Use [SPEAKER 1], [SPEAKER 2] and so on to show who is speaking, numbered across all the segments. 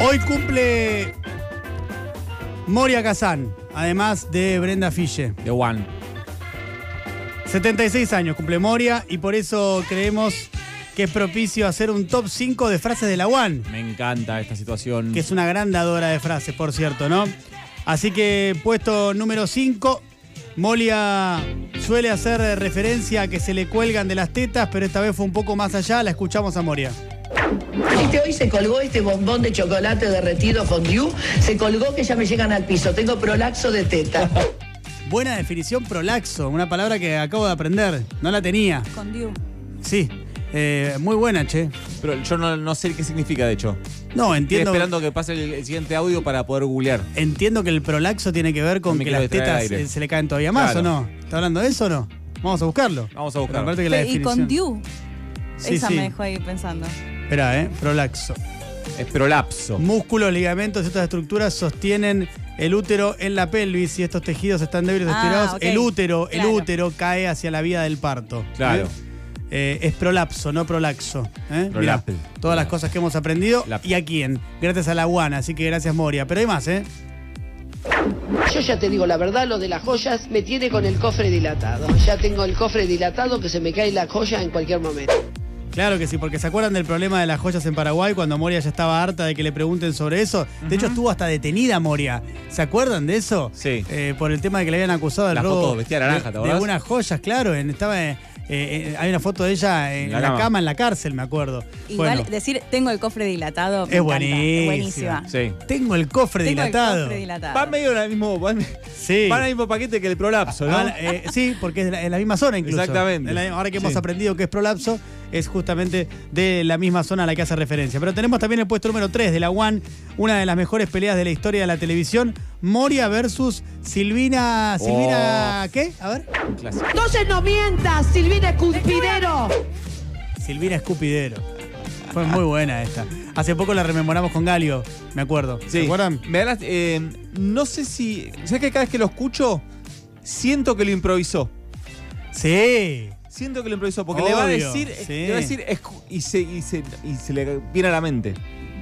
[SPEAKER 1] Hoy cumple Moria Kazan, además de Brenda Fille.
[SPEAKER 2] The One.
[SPEAKER 1] 76 años cumple Moria y por eso creemos que es propicio hacer un top 5 de frases de la One,
[SPEAKER 2] Me encanta esta situación.
[SPEAKER 1] que es una gran dadora de frases, por cierto, ¿no? Así que puesto número 5, Moria suele hacer referencia a que se le cuelgan de las tetas, pero esta vez fue un poco más allá, la escuchamos a Moria.
[SPEAKER 3] Este hoy se colgó este bombón de chocolate derretido fondue, se colgó que ya me llegan al piso, tengo prolaxo de teta.
[SPEAKER 1] Buena definición prolaxo, una palabra que acabo de aprender, no la tenía.
[SPEAKER 4] Con Diu.
[SPEAKER 1] Sí, eh, muy buena, che.
[SPEAKER 2] Pero yo no, no sé qué significa, de hecho.
[SPEAKER 1] No,
[SPEAKER 2] Estoy
[SPEAKER 1] entiendo.
[SPEAKER 2] esperando que pase el, el siguiente audio para poder googlear.
[SPEAKER 1] Entiendo que el prolaxo tiene que ver con
[SPEAKER 2] Me
[SPEAKER 1] que
[SPEAKER 2] quiero
[SPEAKER 1] las
[SPEAKER 2] distraer al
[SPEAKER 1] tetas
[SPEAKER 2] aire.
[SPEAKER 1] eh, se le caen todavía más,
[SPEAKER 2] Claro.
[SPEAKER 1] ¿o no? ¿Está hablando de eso o no? Vamos a buscarlo.
[SPEAKER 2] Vamos a buscarlo.
[SPEAKER 1] Pero aparte que la
[SPEAKER 4] y
[SPEAKER 1] definición-
[SPEAKER 4] con Diu.
[SPEAKER 1] Sí,
[SPEAKER 4] Esa
[SPEAKER 1] sí.
[SPEAKER 4] me dejó ahí pensando.
[SPEAKER 1] Esperá, ¿eh? Prolaxo.
[SPEAKER 2] Es prolapso.
[SPEAKER 1] Músculos, ligamentos, estas estructuras sostienen el útero en la pelvis y estos tejidos están débiles o
[SPEAKER 4] Ah,
[SPEAKER 1] estirados.
[SPEAKER 4] ok.
[SPEAKER 1] El útero,
[SPEAKER 4] Claro.
[SPEAKER 1] el útero cae hacia la vía del parto.
[SPEAKER 2] Claro.
[SPEAKER 1] ¿eh? Eh, es prolapso, no prolaxo. ¿eh? Mirá,
[SPEAKER 2] Prolapel.
[SPEAKER 1] todas las cosas que hemos aprendido
[SPEAKER 2] Lap-
[SPEAKER 1] y a quién. Gracias a la guana, así que gracias Moria. Pero hay más, ¿eh?
[SPEAKER 3] Yo ya te digo la verdad, lo de las joyas me tiene con el cofre dilatado. Ya tengo el cofre dilatado que se me cae la joya en cualquier momento.
[SPEAKER 1] Claro que sí, porque se acuerdan del problema de las joyas en Paraguay cuando Moria ya estaba harta de que le pregunten sobre eso. De hecho, estuvo hasta detenida Moria. ¿Se acuerdan de eso?
[SPEAKER 2] Sí.
[SPEAKER 1] Eh, por el tema de que le habían acusado del
[SPEAKER 2] La
[SPEAKER 1] robo
[SPEAKER 2] foto vestida de naranja, ¿te
[SPEAKER 1] de,
[SPEAKER 2] acordás?
[SPEAKER 1] unas joyas, claro. en- estaba, eh, eh, hay una foto de ella en,
[SPEAKER 2] En la
[SPEAKER 1] la
[SPEAKER 2] cama.
[SPEAKER 1] cama, en la cárcel, me acuerdo.
[SPEAKER 4] Igual
[SPEAKER 1] Bueno,
[SPEAKER 4] decir, tengo el cofre dilatado. me
[SPEAKER 1] Es
[SPEAKER 4] encanta,
[SPEAKER 1] buenísima.
[SPEAKER 4] buenísima.
[SPEAKER 2] Sí.
[SPEAKER 1] tengo el cofre
[SPEAKER 4] Tengo
[SPEAKER 1] dilatado.
[SPEAKER 4] el cofre dilatado.
[SPEAKER 2] Van medio en el mismo, van,
[SPEAKER 1] Sí.
[SPEAKER 2] van al mismo paquete que el prolapso, ¿no?
[SPEAKER 1] Van, eh, sí, porque es de la, en la misma zona incluso.
[SPEAKER 2] ¿Ah? Exactamente.
[SPEAKER 1] En la- ahora que hemos
[SPEAKER 2] Sí.
[SPEAKER 1] aprendido que es prolapso, es justamente de la misma zona a la que hace referencia. Pero tenemos también el puesto número 3 de la One, una de las mejores peleas de la historia de la televisión, Moria versus Silvina...
[SPEAKER 2] Oh.
[SPEAKER 1] ¿Silvina qué? A ver.
[SPEAKER 2] Clásico.
[SPEAKER 5] Entonces no mientas, Silvina Escudero.
[SPEAKER 1] Silvina Escupidero. Fue muy buena esta. Hace poco la rememoramos con Galio, me acuerdo. ¿Se
[SPEAKER 2] Sí.
[SPEAKER 1] acuerdan?
[SPEAKER 2] Me da las- eh, no sé si. ¿Sabes que cada vez que lo escucho, siento que lo improvisó?
[SPEAKER 1] Sí.
[SPEAKER 2] Siento que lo improvisó, porque le va a
[SPEAKER 1] Obvio,
[SPEAKER 2] decir.
[SPEAKER 1] sí.
[SPEAKER 2] Le va a decir. escu- Y se, y, se, y se le viene a la mente.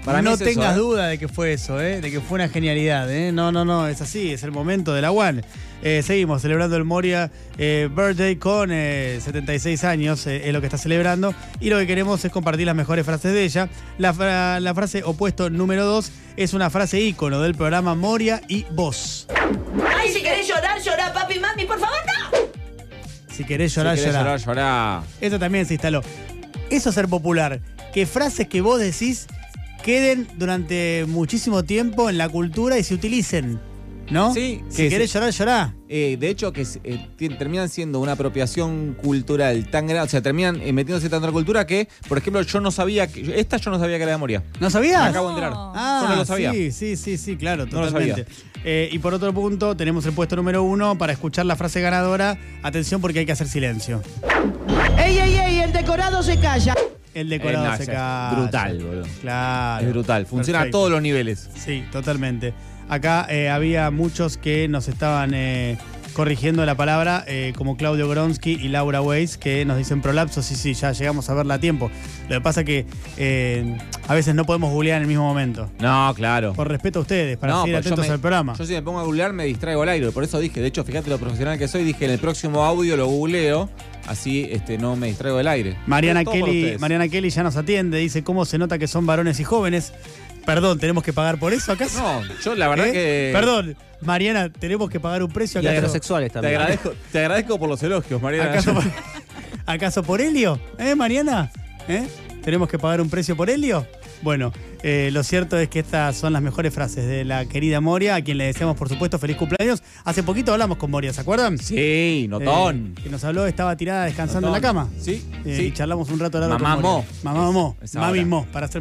[SPEAKER 2] Para mí
[SPEAKER 1] no
[SPEAKER 2] es eso,
[SPEAKER 1] tengas
[SPEAKER 2] ¿eh?
[SPEAKER 1] duda de que fue eso, ¿eh? de que fue una genialidad. ¿eh? No, no, no, es así, es el momento de la UAN. Eh, seguimos celebrando el Moria eh, Birthday con eh, 76 años, eh, es lo que está celebrando. Y lo que queremos es compartir las mejores frases de ella. La, fra- la frase opuesto número 2 es una frase ícono del programa Moria y Vos.
[SPEAKER 5] Ay, si querés llorar, llorá, papi, mami, por favor, no.
[SPEAKER 1] Si querés
[SPEAKER 2] Si
[SPEAKER 1] llorar,
[SPEAKER 2] querés
[SPEAKER 1] llorar.
[SPEAKER 2] llorar, llorar.
[SPEAKER 1] Eso también se instaló. Eso es ser popular. Que frases que vos decís queden durante muchísimo tiempo en la cultura y se utilicen. ¿No?
[SPEAKER 2] Sí,
[SPEAKER 1] Si
[SPEAKER 2] que
[SPEAKER 1] querés
[SPEAKER 2] sí.
[SPEAKER 1] llorar, llorá.
[SPEAKER 2] Eh, de hecho, que se- eh, ti- terminan siendo una apropiación cultural tan grande, o sea, terminan eh, metiéndose tanta cultura que, por ejemplo, yo no sabía que. Esta yo no sabía que era de Moria.
[SPEAKER 1] ¿No sabías?
[SPEAKER 2] Me acabo de enterar.
[SPEAKER 4] No.
[SPEAKER 1] Ah,
[SPEAKER 2] yo no lo sabía.
[SPEAKER 1] Sí, sí, sí, sí, claro,
[SPEAKER 2] No lo
[SPEAKER 1] totalmente. Eh, y por otro punto, tenemos el puesto número uno para escuchar la frase ganadora. Atención porque hay que hacer silencio.
[SPEAKER 5] Ey, ey, ey, el decorado se calla.
[SPEAKER 1] El decorado
[SPEAKER 2] Eh, no,
[SPEAKER 1] se
[SPEAKER 2] es
[SPEAKER 1] cae.
[SPEAKER 2] brutal, boludo.
[SPEAKER 1] Claro.
[SPEAKER 2] Es brutal. Funciona
[SPEAKER 1] Perfecto.
[SPEAKER 2] a todos los niveles.
[SPEAKER 1] Sí, totalmente. Acá eh, había muchos que nos estaban eh, corrigiendo la palabra, eh, como Claudio Gronsky y Laura Weiss, que nos dicen prolapso. Sí, sí, ya llegamos a verla a tiempo. Lo que pasa que eh, a veces no podemos googlear en el mismo momento.
[SPEAKER 2] No, claro.
[SPEAKER 1] Por respeto a ustedes, para seguir
[SPEAKER 2] pero pues yo
[SPEAKER 1] atentos
[SPEAKER 2] me-
[SPEAKER 1] al programa.
[SPEAKER 2] Yo si me pongo a googlear me distraigo al aire, por eso dije, de hecho, fíjate lo profesional que soy, dije en el próximo audio lo googleo, así este, no me distraigo del aire.
[SPEAKER 1] Mariana
[SPEAKER 2] Todo por
[SPEAKER 1] Kelly,
[SPEAKER 2] ustedes.
[SPEAKER 1] Mariana Kelly ya nos atiende, dice cómo se nota que son varones y jóvenes. Perdón, ¿tenemos que pagar por eso acaso?
[SPEAKER 2] No, yo la verdad
[SPEAKER 1] ¿Eh?
[SPEAKER 2] que.
[SPEAKER 1] Perdón, Mariana, tenemos que pagar un precio
[SPEAKER 6] Y
[SPEAKER 1] acaso.
[SPEAKER 6] heterosexuales
[SPEAKER 2] Te
[SPEAKER 6] también.
[SPEAKER 2] agradezco, te agradezco por los elogios, Mariana.
[SPEAKER 1] ¿Acaso por, ¿Acaso por Helio? ¿Eh, Mariana? ¿Eh? ¿Tenemos que pagar un precio por Helio? Bueno, eh, lo cierto es que estas son las mejores frases de la querida Moria, a quien le deseamos, por supuesto, feliz cumpleaños. Hace poquito hablamos con Moria, ¿se acuerdan?
[SPEAKER 2] Sí, notón.
[SPEAKER 1] Eh, que nos habló, estaba tirada descansando en la
[SPEAKER 2] Notón.
[SPEAKER 1] cama.
[SPEAKER 2] Sí,
[SPEAKER 1] Eh,
[SPEAKER 2] sí.
[SPEAKER 1] Y charlamos un rato largo
[SPEAKER 2] Mamá
[SPEAKER 1] con Moria.
[SPEAKER 2] mo.
[SPEAKER 1] Mamá mo.
[SPEAKER 2] Es- es
[SPEAKER 1] Mami
[SPEAKER 2] ahora.
[SPEAKER 1] mo, para ser más